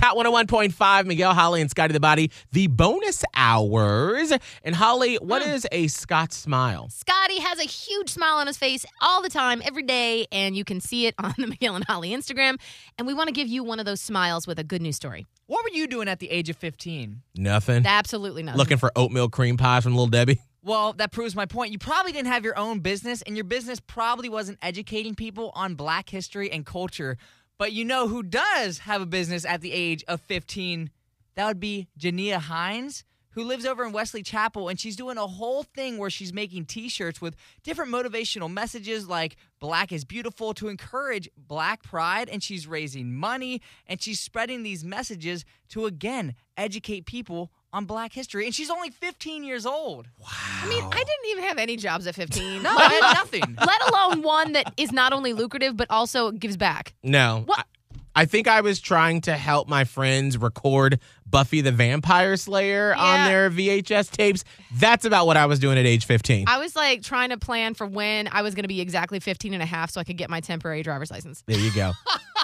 Hot 101.5, Miguel Holly and Scotty the Body, the bonus hours. And Holly, what Hmm. is a Scott smile? Scotty has a huge smile on his face all the time, every day, and you can see it on the McGill and Holly Instagram. And we want to give you one of those smiles with a good news story. What were you doing at the age of 15? Nothing. Absolutely not. Looking for oatmeal cream pies from Little Debbie? Well, that proves my point. You probably didn't have your own business, and your business probably wasn't educating people on black history and culture. But you know who does have a business at the age of 15? That would be Jania Hines, who lives over in Wesley Chapel, and she's doing a whole thing where she's making t shirts with different motivational messages like Black is Beautiful to encourage black pride, and she's raising money and she's spreading these messages to again educate people on black history. And she's only 15 years old. I mean, I didn't even have any jobs at 15. No, I had nothing. Let alone one that is not only lucrative, but also gives back. No. I, I think I was trying to help my friends record Buffy the Vampire Slayer on Yeah. their VHS tapes. That's about what I was doing at age 15. I was like trying to plan for when I was going to be exactly 15 and a half so I could get my temporary driver's license. there you go.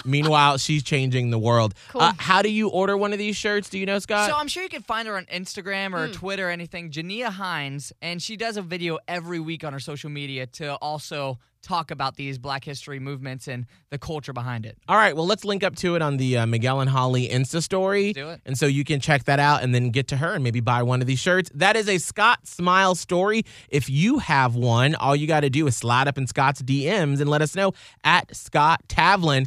Meanwhile, she's changing the world. Cool. Uh, how do you order one of these shirts? Do you know, Scott? So I'm sure you can find her on Instagram or Twitter or anything, Jania Hines, and she does a video every week on her social media to also talk about these Black History movements and the culture behind it. All right, well, let's link up to it on the uh, Miguel and Holly Insta story. Do it. And so you can check that out and then get to her and maybe buy one of these shirts. That is a Scott Smile story. If you have one, all you got to do is slide up in Scott's DMs and let us know at Scott Tavlin.